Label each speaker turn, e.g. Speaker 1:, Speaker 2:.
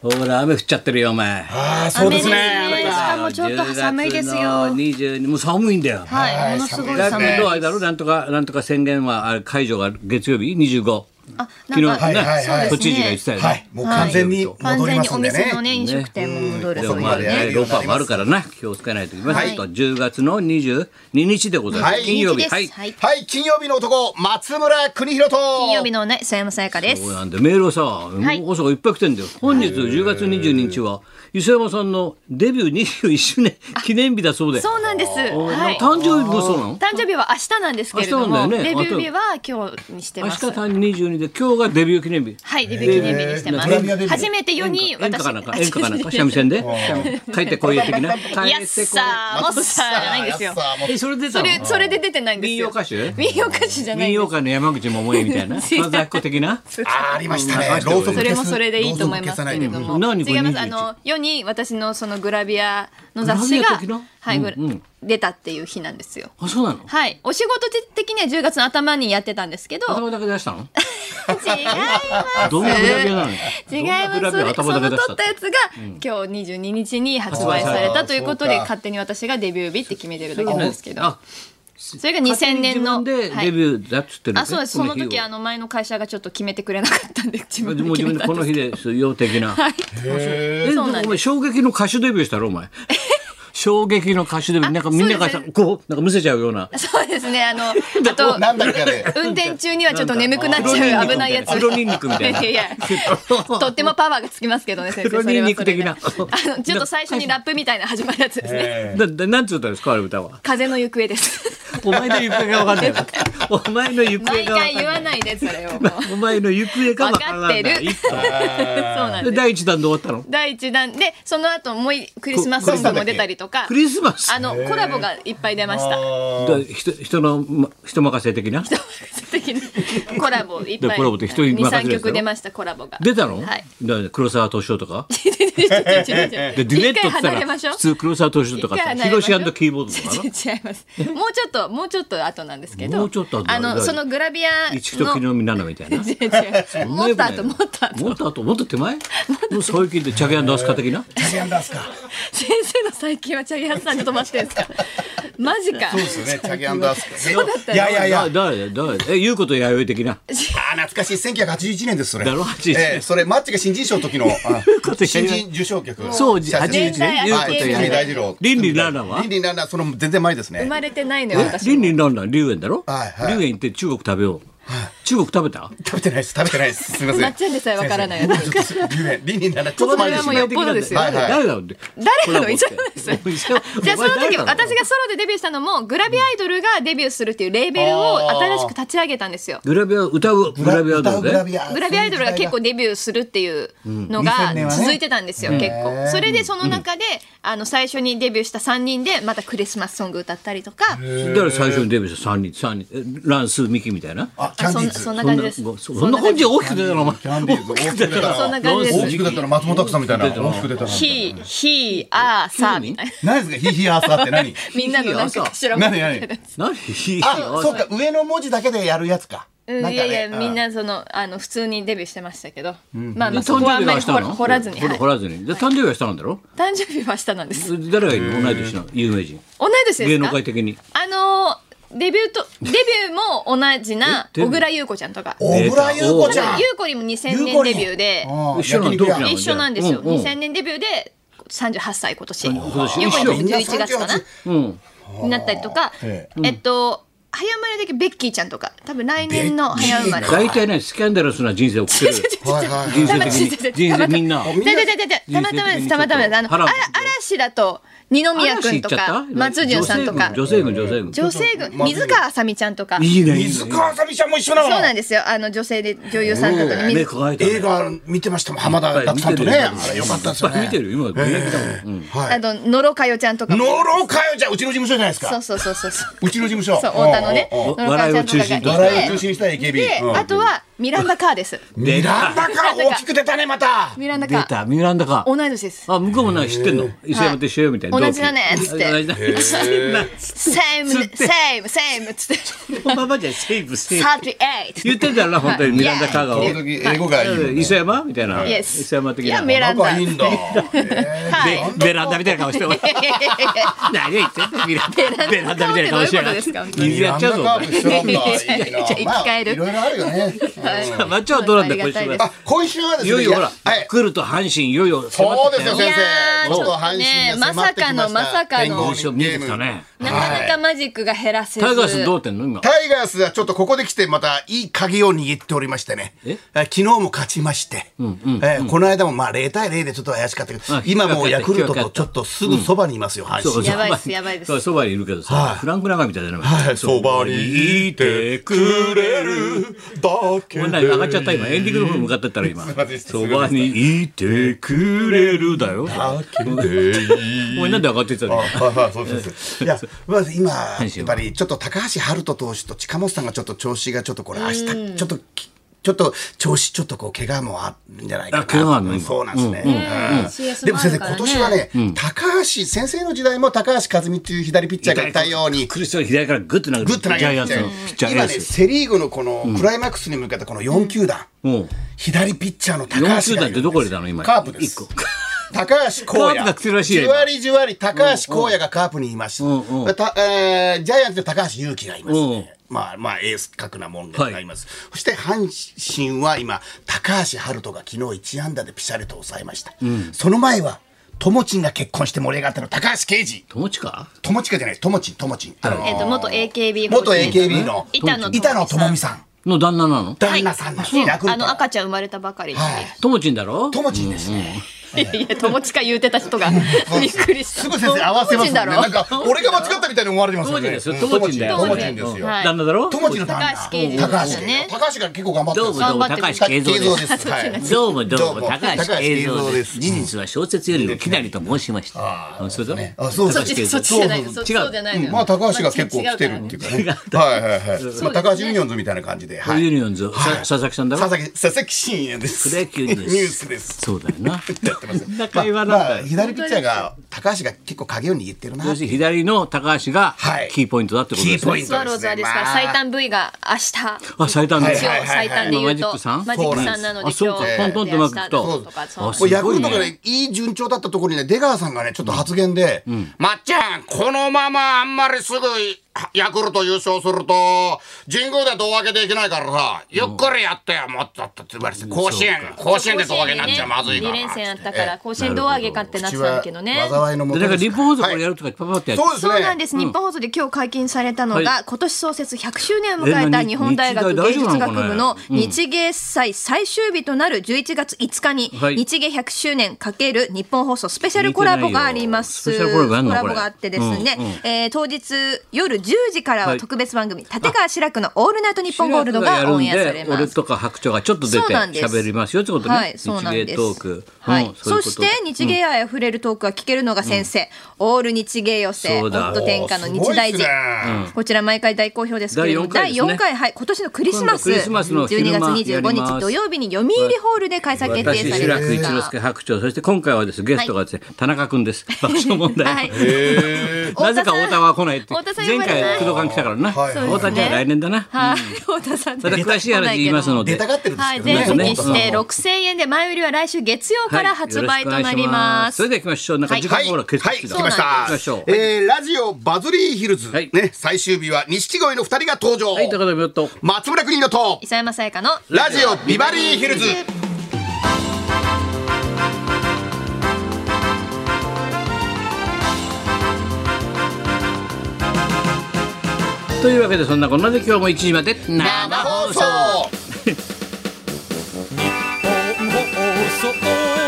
Speaker 1: ほら雨降っちゃってるよお前
Speaker 2: ああ、そうですね。
Speaker 3: 雨
Speaker 2: 雨
Speaker 3: ですね
Speaker 2: だ
Speaker 3: あもうちょっと寒いですよ
Speaker 1: 20もう寒いんだよ
Speaker 3: は
Speaker 2: い
Speaker 3: い、ものすごい
Speaker 1: だ
Speaker 3: 寒い
Speaker 1: け
Speaker 3: です
Speaker 1: どあれだろなんとかなんとか宣言はあれ解除が月曜日25
Speaker 3: あ
Speaker 1: 昨日ね、
Speaker 3: なんか
Speaker 2: いはいはい
Speaker 3: そう
Speaker 1: 都
Speaker 3: で
Speaker 1: 知
Speaker 3: すね
Speaker 1: 事が言ってたよね、
Speaker 2: はい、もう完全に
Speaker 3: 完
Speaker 2: 戻り
Speaker 3: 全
Speaker 2: ま
Speaker 3: に
Speaker 2: す
Speaker 3: お
Speaker 2: んで
Speaker 3: 店の
Speaker 2: ね。
Speaker 3: ね飲食店も戻る
Speaker 1: で
Speaker 3: と
Speaker 1: も
Speaker 3: いう
Speaker 1: まあ
Speaker 2: そうだ
Speaker 1: ね、
Speaker 2: ね
Speaker 1: ローパーもあるからな、気をつけないといけません。
Speaker 3: はい
Speaker 1: ちょっと10月の22日でございます。
Speaker 2: はい
Speaker 1: 金曜日、
Speaker 3: です
Speaker 1: はい。
Speaker 3: はい
Speaker 2: はい、金曜日の男、松村邦弘と。
Speaker 3: 金曜日のね、曽山さやかで
Speaker 1: そ
Speaker 3: す
Speaker 1: う。なんでメールをさ、
Speaker 3: い
Speaker 1: 大阪いっぱい来てんだよ。本日10月22日は磯山さんのデビュー21周年記念日だそうで。
Speaker 3: そうなんです。はい。誕
Speaker 1: 誕生日もそうなの？
Speaker 3: 生日は明日なんですけれど
Speaker 1: 明日な
Speaker 3: も、
Speaker 1: んだよね
Speaker 3: デビュー日は今日にして
Speaker 1: 明
Speaker 3: ま
Speaker 1: 日
Speaker 3: す。
Speaker 1: 誕22で今日がデビュー記念日。
Speaker 3: はい、デビュー記念日にしてま
Speaker 2: トラビアデビュ
Speaker 3: す。
Speaker 2: ー
Speaker 3: 初めて世に
Speaker 1: 演
Speaker 3: 私
Speaker 1: 歌かなんか演歌かなんか三味線で帰ってこいよ的な。帰
Speaker 3: いや
Speaker 1: っ
Speaker 3: っ
Speaker 1: てこ
Speaker 3: さー、もっさーじゃないんです
Speaker 2: や
Speaker 3: よ
Speaker 2: っ。さもう
Speaker 1: い。えそれ出た
Speaker 3: そ
Speaker 1: の？
Speaker 3: れ、それで出てないんです
Speaker 1: 民
Speaker 3: よ。
Speaker 1: 謡歌手
Speaker 3: 民謡歌手じゃない
Speaker 1: 民謡
Speaker 3: んです。
Speaker 1: 界の山口百恵み たいな。松田彦的な。
Speaker 2: あーありましたね。
Speaker 1: うん
Speaker 2: ろうそく
Speaker 3: そ
Speaker 2: 消
Speaker 3: れ
Speaker 2: す
Speaker 3: もそれでいいと思い
Speaker 2: ろ
Speaker 3: ま
Speaker 2: うそ
Speaker 3: す
Speaker 2: く消さな
Speaker 3: け
Speaker 2: いで
Speaker 3: れど
Speaker 1: う
Speaker 3: も
Speaker 1: ん何これ
Speaker 3: 違います
Speaker 1: 21
Speaker 3: あの世に私のそのグラビアの雑誌
Speaker 1: グラ
Speaker 3: が
Speaker 1: ビア的な
Speaker 3: はいグ
Speaker 1: うんうん
Speaker 3: ラ出たっていう日なんですよ
Speaker 1: あそうなの？
Speaker 3: はいお仕事的には10月の頭にやってたんですけど
Speaker 1: 頭だけ出したの？
Speaker 3: 違い
Speaker 1: どんなグラビアなの？
Speaker 3: 違います。
Speaker 1: どんなグラビア
Speaker 3: それ
Speaker 1: の
Speaker 3: そ
Speaker 1: 頭
Speaker 3: の
Speaker 1: だけ出
Speaker 3: 取
Speaker 1: した
Speaker 3: っ
Speaker 1: って
Speaker 3: たやつが、今日22日に発売されたということ
Speaker 2: そう
Speaker 3: で
Speaker 2: か
Speaker 3: 勝手に私がデビュー日って決めてるだけなんですけど
Speaker 1: あ、
Speaker 3: それが2000年の
Speaker 1: 勝手に自分で
Speaker 3: は
Speaker 1: デ
Speaker 3: い、
Speaker 1: ビューだっつってるね
Speaker 3: あそうですその時
Speaker 1: 日を
Speaker 3: あの前の会社がちょっと決めてくれなかったんで自分で
Speaker 1: もう自
Speaker 3: 決
Speaker 1: 分
Speaker 3: め
Speaker 1: で
Speaker 3: た
Speaker 1: こ
Speaker 3: ん
Speaker 1: の
Speaker 3: で
Speaker 1: 日
Speaker 3: す
Speaker 1: ですよ的な。
Speaker 3: はい
Speaker 1: え
Speaker 3: そうなんです
Speaker 1: お前衝撃の歌手デビューしたろ お前。衝撃の歌手デビューなんかみんなが
Speaker 3: そう
Speaker 1: さ
Speaker 3: で
Speaker 1: こうなんかむせちゃうような。
Speaker 3: そうですねあ のあと
Speaker 2: なんだっけあれ。
Speaker 3: 運転中にはちょっと眠くなっちゃう危ないやつ
Speaker 1: 黒ニンニクみたいな。
Speaker 3: いやいやとってもパワーがつきますけどね先生
Speaker 1: 黒
Speaker 3: それ
Speaker 1: ニン
Speaker 3: は
Speaker 1: ニ
Speaker 3: そ
Speaker 1: ク
Speaker 3: れ
Speaker 1: 的
Speaker 3: で
Speaker 1: な。
Speaker 3: あのちょっと最初にラップみたいな始まるやつですね
Speaker 2: え
Speaker 1: だだなんつったんですかあれ歌は。
Speaker 3: 風の行方です
Speaker 1: お前の行方がわかんない。お前の行方
Speaker 3: 毎
Speaker 1: がわか
Speaker 3: 回
Speaker 1: んない
Speaker 3: 言。わないでそれをもう
Speaker 1: お前の行方がわからない。
Speaker 3: わかってる
Speaker 1: 一個
Speaker 3: そうなん
Speaker 1: で
Speaker 3: です
Speaker 1: 第一弾で終わったの。
Speaker 3: 第一弾でその後もういクリスマスソングも出たりとか
Speaker 1: クリスマス。
Speaker 3: あのコラボがいっぱい出ました
Speaker 1: だ人人のま人任せ的な。
Speaker 3: 的なコラボいっぱ
Speaker 1: で
Speaker 3: い
Speaker 1: コラボって一人に任せるやつだろ
Speaker 3: 23曲出ましたコラボが
Speaker 1: 出たの？
Speaker 3: はい
Speaker 1: だから黒沢敏夫と か。で
Speaker 3: で
Speaker 1: デュエットって言
Speaker 3: 一回離
Speaker 1: っ
Speaker 3: れ
Speaker 1: たら
Speaker 3: ましょう
Speaker 1: 普通黒沢敏夫とか
Speaker 3: 一
Speaker 1: さ
Speaker 3: 回離れま
Speaker 1: 広
Speaker 3: しょう
Speaker 1: 志キーボードとか な。
Speaker 3: 違いますもうちょっともうちょっと後なんですけど
Speaker 1: もうちょっと後だ
Speaker 3: あの
Speaker 1: だ
Speaker 3: そのグラビア
Speaker 1: 一木と木
Speaker 3: の
Speaker 1: の 実なのみたいな。
Speaker 3: 違う違うもっと後もっと後
Speaker 1: もっと後もっと手前？もう最近でチャゲアンドアスカ的な。
Speaker 2: ジャゲアンダースか。
Speaker 3: 先生の最近はチャゲハスさんに止まってる んですかマジか
Speaker 2: そうですよね。ジャゲアンダース
Speaker 3: そうだった
Speaker 2: か。い
Speaker 3: よ
Speaker 2: やいやいや。あ
Speaker 1: だ誰だ誰？え言うことやよい的な。
Speaker 2: ー懐かしい。1981年ですそれ。
Speaker 1: だろ81
Speaker 2: ええそれマッチが新人賞の時 のあ
Speaker 1: こと
Speaker 2: ー
Speaker 1: や
Speaker 2: 新
Speaker 1: る
Speaker 2: 人受賞曲。
Speaker 1: そうじ
Speaker 2: 写真
Speaker 1: 81年言うこと
Speaker 3: はい
Speaker 1: やよ
Speaker 2: 倫理
Speaker 1: い
Speaker 2: 大二郎。
Speaker 1: 倫理ランランは
Speaker 2: 倫理ランランその全然前です
Speaker 3: 生
Speaker 2: ね。
Speaker 3: まれてないのよ私
Speaker 1: 倫理なんだ龍園だろ、
Speaker 2: はいはい
Speaker 1: 龍園行って中国食べよう、中国食べた
Speaker 2: 食べてないです。食べてないです。すみません。
Speaker 3: なっちゃんでさえわからない
Speaker 2: 先生ちょっと有名倫理ランランちょっと前です
Speaker 3: これは
Speaker 2: ね
Speaker 3: もうよ。っぽどですよ
Speaker 1: 誰
Speaker 2: はいはい
Speaker 1: 誰だろうって
Speaker 3: 誰なの一緒なんですよじゃあその時私がソロでデビューしたのもグラビアアイドルがデビューするっていうレーベルを新しく立ち上げたんですよ
Speaker 1: グラビア歌うグラビアだよね
Speaker 2: ア
Speaker 3: グラビアアイドルが結構デビューするっていうのが
Speaker 2: 2000年はね
Speaker 3: 続いてたんですよ、結構それでその中で、あの最初にデビューした3人でまたクリスマスソング歌ったりとか
Speaker 1: 誰最初にデビューした3人三人えランスミキみたいな
Speaker 2: あキャ
Speaker 3: あ
Speaker 2: ンデ
Speaker 3: そ
Speaker 2: ィ
Speaker 3: ん
Speaker 2: ー
Speaker 3: な
Speaker 2: ズ
Speaker 3: そんな
Speaker 1: そんな
Speaker 3: 感じです
Speaker 1: そんな感じで大きく出たのお前
Speaker 2: キャンディーズ大きく出たら
Speaker 3: そんな感じです
Speaker 2: 大きく出たら松本明さんみたいな
Speaker 1: 大
Speaker 2: 大
Speaker 1: き
Speaker 2: き
Speaker 1: く
Speaker 2: く出たら
Speaker 3: ヒーヒーアーサーみたいな
Speaker 2: 何ですかヒーヒーアーサーって何
Speaker 3: みんなのなんか頭文
Speaker 2: 何
Speaker 3: 字
Speaker 2: 何
Speaker 1: 何
Speaker 2: あそうか上の文字だけでやるやつか
Speaker 3: うん
Speaker 2: なん
Speaker 3: い
Speaker 2: かね
Speaker 3: やい
Speaker 2: う
Speaker 3: や、
Speaker 2: ん
Speaker 3: みんなそのあの普通にデビューしてましたけど、まあま
Speaker 1: 誕
Speaker 3: あそこ
Speaker 1: 生
Speaker 3: はあ
Speaker 1: 日
Speaker 3: んま
Speaker 1: が
Speaker 3: り
Speaker 1: したの
Speaker 3: 掘らずに、
Speaker 1: ほ
Speaker 3: は
Speaker 1: ら
Speaker 3: い
Speaker 1: 掘らずにで誕生日がしたんだろ
Speaker 3: 誕生日は下なんです
Speaker 1: 誰がいる同い年なの有名人
Speaker 3: 同い年ですか
Speaker 1: 芸能界的に
Speaker 3: あのーデビューとデビューも同じな
Speaker 1: えデビュー
Speaker 3: 小倉優子ちゃんとか
Speaker 2: 小倉優子
Speaker 3: だ
Speaker 2: ち
Speaker 3: か
Speaker 2: ゃ
Speaker 3: ら
Speaker 2: ん
Speaker 3: 優子にも2000年デビューで
Speaker 2: あー
Speaker 1: 一緒なの
Speaker 2: 焼
Speaker 1: 同
Speaker 2: 肉屋
Speaker 1: 期なの
Speaker 3: 一緒なんですよ、
Speaker 1: うんうん
Speaker 3: 2000年デビューで38歳今年優
Speaker 1: 今年
Speaker 3: 子に
Speaker 2: 一緒
Speaker 3: 11月かな
Speaker 1: うん
Speaker 3: になったりとか
Speaker 2: え
Speaker 3: えっと早生まれだけベッキーちゃんとか多分来年の早生まれ
Speaker 1: 大体ねスキャンダラスな人生を送ってる
Speaker 2: はい はい
Speaker 1: 人生
Speaker 3: たま
Speaker 1: 的
Speaker 3: たま
Speaker 1: に人生みんな
Speaker 3: でででででたまたまですたまたまですあの
Speaker 1: 腹
Speaker 3: あ
Speaker 1: も
Speaker 3: ら嵐だと二宮君とか松潤さんとか
Speaker 1: 女性軍女性軍
Speaker 3: 女性軍水川あさみちゃんとか
Speaker 1: いいねいいね
Speaker 2: 水川あさみちゃんも一緒な
Speaker 3: そうなん
Speaker 2: の
Speaker 3: ですよあの女性で女優さんとかで
Speaker 1: 目
Speaker 3: 水
Speaker 1: 加えたね
Speaker 2: 映画見てましたもん浜田岳さんとねあれよかったですよ
Speaker 1: いっぱい
Speaker 2: ね
Speaker 1: 見てるよ今現役だもんうん
Speaker 3: あと野呂佳代ちゃんとか
Speaker 2: 野呂佳代ちゃんうちの事務所じゃないです
Speaker 3: そう
Speaker 2: か
Speaker 3: そうそうそうそう
Speaker 2: うちの事務所
Speaker 3: そう太田のね
Speaker 2: おうおうおう
Speaker 3: 野呂佳代ちゃんとかがいて
Speaker 1: お
Speaker 2: 笑いを中心にした AKB
Speaker 3: で
Speaker 2: うん
Speaker 3: あとはミランダカーです。
Speaker 2: ミランダか大きく出たねまた
Speaker 3: ミランダ
Speaker 1: 出
Speaker 3: カー。
Speaker 1: たミランダか
Speaker 3: 同い 年です。
Speaker 1: あ向こうもな知ってんの伊勢山と一緒よみたいな
Speaker 3: は
Speaker 1: 同期
Speaker 3: い同じだねっつって
Speaker 1: 同じだね つって
Speaker 3: セーム、
Speaker 1: つ
Speaker 3: セ
Speaker 1: って
Speaker 3: ーム、セームっつって。
Speaker 1: おばばじゃセーブセーブ
Speaker 3: 38。
Speaker 1: 言ってんだろな本当にミランダカーが
Speaker 3: は
Speaker 1: を
Speaker 3: い
Speaker 2: その時英語がいいもんね
Speaker 1: 伊勢山みたいな
Speaker 3: Yes
Speaker 1: 伊勢山的
Speaker 3: いや、
Speaker 1: な
Speaker 3: ミランダ。
Speaker 2: 仲いいんだえ
Speaker 3: は
Speaker 1: で
Speaker 3: い。
Speaker 1: ベランダみたいな顔してお前何言ってんのミランダベランダみたいな顔しやがって
Speaker 3: ベランダってど
Speaker 1: 水
Speaker 3: ういうことですか
Speaker 2: ー
Speaker 1: やっちゃうぞお
Speaker 2: ミランダカーブ
Speaker 1: 前
Speaker 2: 一緒なんだいい
Speaker 3: じ
Speaker 2: なま
Speaker 3: ゃあ生き
Speaker 2: あ
Speaker 3: 返
Speaker 2: い
Speaker 3: る
Speaker 2: ろいろあるよねう ん
Speaker 1: まっちゃんはどうなんだ
Speaker 3: ありがた
Speaker 1: 今週
Speaker 3: いで
Speaker 1: は
Speaker 3: す
Speaker 2: あ今週はですね
Speaker 1: いよいよほら
Speaker 2: はい
Speaker 1: 来ると阪神いよいよ迫
Speaker 2: そう
Speaker 1: っ
Speaker 2: で
Speaker 1: て
Speaker 2: す
Speaker 1: きた
Speaker 2: よ
Speaker 1: よ
Speaker 2: 先生
Speaker 3: いやー
Speaker 2: ちょっと阪神が迫ってきました
Speaker 3: ちょっとねまさかのまさかの
Speaker 1: 優勝見えてきたね
Speaker 3: なかなかマジックが減らせず。
Speaker 1: タイガースどうってんの今
Speaker 2: タイガースはちょっとここで来てまたいい鍵を握っておりましてね。え
Speaker 1: え
Speaker 2: 昨日も勝ちまして、えーこの間もまあ0対0でちょっと怪しかったけど
Speaker 1: あ、
Speaker 2: 今もう
Speaker 1: 引き分
Speaker 2: ヤ
Speaker 1: け
Speaker 2: クルト
Speaker 1: 引き分
Speaker 2: と
Speaker 1: け
Speaker 2: ちょっとすぐそばにいますよ、阪神。
Speaker 3: やばいっすやばいです
Speaker 1: そうそばにいるけどさ、
Speaker 2: はい
Speaker 1: フランク長いみたいだね。
Speaker 2: はいそばにいてくれるだけ
Speaker 1: こんな
Speaker 2: で。
Speaker 1: に上がっちゃった今エンディングの方に向かってった ら今
Speaker 2: いません失
Speaker 1: そ
Speaker 2: 礼しまし
Speaker 1: ば
Speaker 2: た
Speaker 1: にいてくれるだよお前なんで上がってったの
Speaker 2: はいはいそうです。いや、まず今、や
Speaker 1: 阪神
Speaker 2: っ
Speaker 1: は
Speaker 2: ぱりちょっと高橋遥人投手と近本さんがちょっと調子がちょっとこれ明日、ちょっとき、ちょっと調子ちょっとこう怪我もあるんじゃないかな。
Speaker 1: あ怪我あんの今
Speaker 2: そうなんですね。
Speaker 3: ん
Speaker 2: うん
Speaker 3: CS
Speaker 2: でも先生、
Speaker 3: も
Speaker 2: 今
Speaker 3: あるからね
Speaker 2: 年はね、高橋、先生の時代も高橋和美っていう左ピッチャーがいたように、
Speaker 1: 苦しそうに左からグッと投げる
Speaker 2: グッと投げ
Speaker 1: ジャイ
Speaker 2: る
Speaker 1: ア
Speaker 2: ピッ
Speaker 1: ン
Speaker 2: チ
Speaker 1: ツ
Speaker 2: ャ
Speaker 1: の
Speaker 2: ー
Speaker 1: ピッチャーエ
Speaker 2: 今
Speaker 1: ー
Speaker 2: ね、
Speaker 1: ス
Speaker 2: セリーグのこのクライマックスに向けたこの4球団、
Speaker 1: うん
Speaker 2: 左ピッチャーの高
Speaker 1: 4
Speaker 2: 橋が
Speaker 1: 球団ってどこ入れたの今
Speaker 2: カープです。
Speaker 1: 一個
Speaker 2: 高橋光
Speaker 1: カープが来てるら
Speaker 2: 也。
Speaker 1: しいよ
Speaker 2: じわりじわり高橋光也がカープにいます。
Speaker 1: んうん
Speaker 2: たえージャイアンツで高橋祐希がいますね、
Speaker 1: うん
Speaker 2: まあまあエース格なもんがいます、そして阪神は今高橋遥人が昨日1安打でピシャリと抑えました、その前は友珍が結婚して盛り上がったの高橋啓二
Speaker 1: 友近か
Speaker 2: 友近じゃない友珍友珍あのー
Speaker 3: えっと元 AKB
Speaker 2: 元 AKB の
Speaker 3: 板野
Speaker 2: 板野友美さん
Speaker 1: の旦那なの
Speaker 2: 旦那さんの、
Speaker 3: はい
Speaker 2: ヤクル
Speaker 3: あ
Speaker 2: ト
Speaker 3: の赤ちゃん生まれたばかりの
Speaker 2: はい
Speaker 1: 友近だろ
Speaker 2: 友珍ですね、
Speaker 3: いやいや友近言うてた人が びっくりした
Speaker 2: すぐ先生合わせます
Speaker 3: 友近
Speaker 2: ね
Speaker 3: だろ
Speaker 2: なんか俺が間違ったみたいに思われてますよ
Speaker 1: 友近
Speaker 2: ね
Speaker 1: ですよ
Speaker 2: うん
Speaker 1: 友近だよ
Speaker 2: 友
Speaker 3: 友
Speaker 2: 珍
Speaker 3: 珍
Speaker 2: ですよ
Speaker 3: はい
Speaker 1: 旦那だろ
Speaker 2: 友知の旦那
Speaker 3: 高橋啓二
Speaker 2: 高
Speaker 3: です
Speaker 2: 橋
Speaker 3: よね
Speaker 2: 高橋が結構頑張って
Speaker 1: どうもどうも
Speaker 3: 頑張って
Speaker 1: 高橋慶三です
Speaker 2: す。はい
Speaker 1: どうもどうも
Speaker 2: どうも
Speaker 1: 高橋慶三です事実は小説よりもきなりと申しましたあそれだろ
Speaker 2: あそう
Speaker 3: そっ
Speaker 2: で
Speaker 1: 高橋
Speaker 2: す
Speaker 3: ち
Speaker 1: 啓三
Speaker 3: でそっちじゃないのそっち
Speaker 1: 違う
Speaker 3: そうじゃないの
Speaker 2: うん
Speaker 3: よ
Speaker 2: まあ高橋が結構来てるっていうかね。はいはいはい。まあ高橋ユニオンズみたいな感じで。はい
Speaker 1: ユニオンズさ佐々木さんだろ
Speaker 2: 佐々木佐々木真也です。
Speaker 1: プロ野球 ニ
Speaker 2: ニュ
Speaker 1: ュース
Speaker 2: ースです。
Speaker 1: そうだよな。そんな
Speaker 2: まあ
Speaker 1: 会話
Speaker 2: ま
Speaker 1: な
Speaker 2: あ
Speaker 1: んだ。
Speaker 2: 左ピッチャーが高橋が結構鍵を握ってるな。
Speaker 1: 要するに左の高橋が
Speaker 2: はい
Speaker 1: キーポイントだってことです
Speaker 2: キーポイ
Speaker 1: ね。
Speaker 2: ン
Speaker 3: スワローズはですから最短部位が明日
Speaker 1: あ、最短で
Speaker 2: は
Speaker 1: す
Speaker 2: い
Speaker 3: 今
Speaker 2: は。い
Speaker 3: 日最短で言
Speaker 1: マ
Speaker 3: う
Speaker 1: ジッ
Speaker 3: と
Speaker 1: クさん
Speaker 3: マジックさんなので
Speaker 1: あそう
Speaker 3: 今
Speaker 1: か
Speaker 3: 日
Speaker 1: ポンポンってうまくいくと
Speaker 3: 明日とかそう
Speaker 1: あ
Speaker 2: もう
Speaker 1: す
Speaker 2: ヤク
Speaker 1: ごい
Speaker 2: ルトが
Speaker 1: ね。
Speaker 2: ね、いい順調だったところにね、出川さんがね、ちょっと発言で、まっちゃん、このままあんまりすぐヤクルト優勝すると、神宮で胴上げできないからさ、ゆっくりやってよ、もっとって言われて、甲子園、甲子園で胴上げになっちゃまずいから。
Speaker 3: 2連戦あったから甲子園胴上げかってなってたんだけどね
Speaker 2: 災いのも
Speaker 1: で
Speaker 2: と
Speaker 1: なんか
Speaker 2: で
Speaker 1: 日
Speaker 2: す
Speaker 1: 本放送これやるとかパパってやる。
Speaker 2: そうですね。
Speaker 3: そうなんです、日本放送で今日解禁されたのが、
Speaker 1: はい
Speaker 3: 今年創設100周年を迎えた
Speaker 1: え
Speaker 3: 日本大学
Speaker 1: 日
Speaker 3: 芸
Speaker 1: 日大
Speaker 3: 術
Speaker 1: 丈
Speaker 3: 学
Speaker 1: 夫なの
Speaker 3: 部の
Speaker 1: かね
Speaker 3: 日芸祭最終日となる11月5日に、
Speaker 1: はい
Speaker 3: 日芸100周年×日本放送スペシャルコラボがあります
Speaker 1: 見てないよスペシャルコラボやんのこれ
Speaker 3: があってですね、
Speaker 1: うんうん
Speaker 3: えー当日夜10時からは特別番組、立川志らくの「オールナイトニッポンゴールド」がオンエアさ
Speaker 1: 白がやる
Speaker 3: れま
Speaker 1: んで俺
Speaker 3: す。
Speaker 1: とか白鳥がちょっと出
Speaker 3: そう
Speaker 1: て
Speaker 3: なんです
Speaker 1: 喋りますよってことね。
Speaker 3: はい、そうなんで
Speaker 1: 日
Speaker 3: す。
Speaker 1: 芸トーク。
Speaker 3: はい、
Speaker 1: うん
Speaker 3: そして日芸愛あふれるトークが聞けるのが先生、オール日芸寄せ、
Speaker 1: そ
Speaker 3: ホ
Speaker 1: うだ
Speaker 3: ット天下の
Speaker 2: おーすご
Speaker 3: 日
Speaker 2: いっ
Speaker 3: 大
Speaker 2: す
Speaker 3: 寺
Speaker 2: ね、
Speaker 3: こちら毎回大好評ですけれども、
Speaker 1: 第
Speaker 3: 第
Speaker 1: 四回ですね
Speaker 3: 4回、はい、今年のクリスマ
Speaker 1: 今度
Speaker 3: ス、
Speaker 1: クリスマスの昼
Speaker 3: 12
Speaker 1: 間
Speaker 3: 月
Speaker 1: やり
Speaker 3: 25
Speaker 1: ます
Speaker 3: 日土曜日に読売ホールで開催決
Speaker 1: 私
Speaker 3: 定され
Speaker 1: 白
Speaker 3: ま
Speaker 1: く一之
Speaker 3: した。
Speaker 1: 輔白鳥そして今回はですねゲストがですね田中君です。爆笑問
Speaker 3: は
Speaker 1: 題
Speaker 3: い
Speaker 1: の。、 なぜか太田は来ないって
Speaker 3: 太田さん
Speaker 1: 前
Speaker 3: 呼ばれない
Speaker 1: 回工藤官来たからな
Speaker 2: はいはい
Speaker 1: 太田ちゃん来年だな
Speaker 3: はい、太田さん。
Speaker 1: また詳しい話言いますので
Speaker 2: 出たがってるんです
Speaker 3: は
Speaker 2: け
Speaker 3: い、
Speaker 2: どね。
Speaker 3: 全席
Speaker 1: そ
Speaker 3: し
Speaker 1: う
Speaker 3: て6000円で前売りは来週月曜から発売となりま
Speaker 1: それ。
Speaker 3: す
Speaker 1: では行きましょう。なんか時間もほら結
Speaker 2: は
Speaker 1: 束
Speaker 2: い、
Speaker 1: して
Speaker 2: 来
Speaker 1: た
Speaker 2: ました
Speaker 1: 行きましょ。う。
Speaker 2: えーラジオバズリーヒルズ、
Speaker 1: はい
Speaker 2: ね、最終日は錦鯉の二人が登場。
Speaker 1: はい、高田美穂と。
Speaker 2: 松村邦乃と、
Speaker 3: 磯山さやかの
Speaker 2: ラジオビバリーヒルズ。
Speaker 1: というわけでそんなこんなで今日も1時まで生
Speaker 2: 生放送
Speaker 4: 放送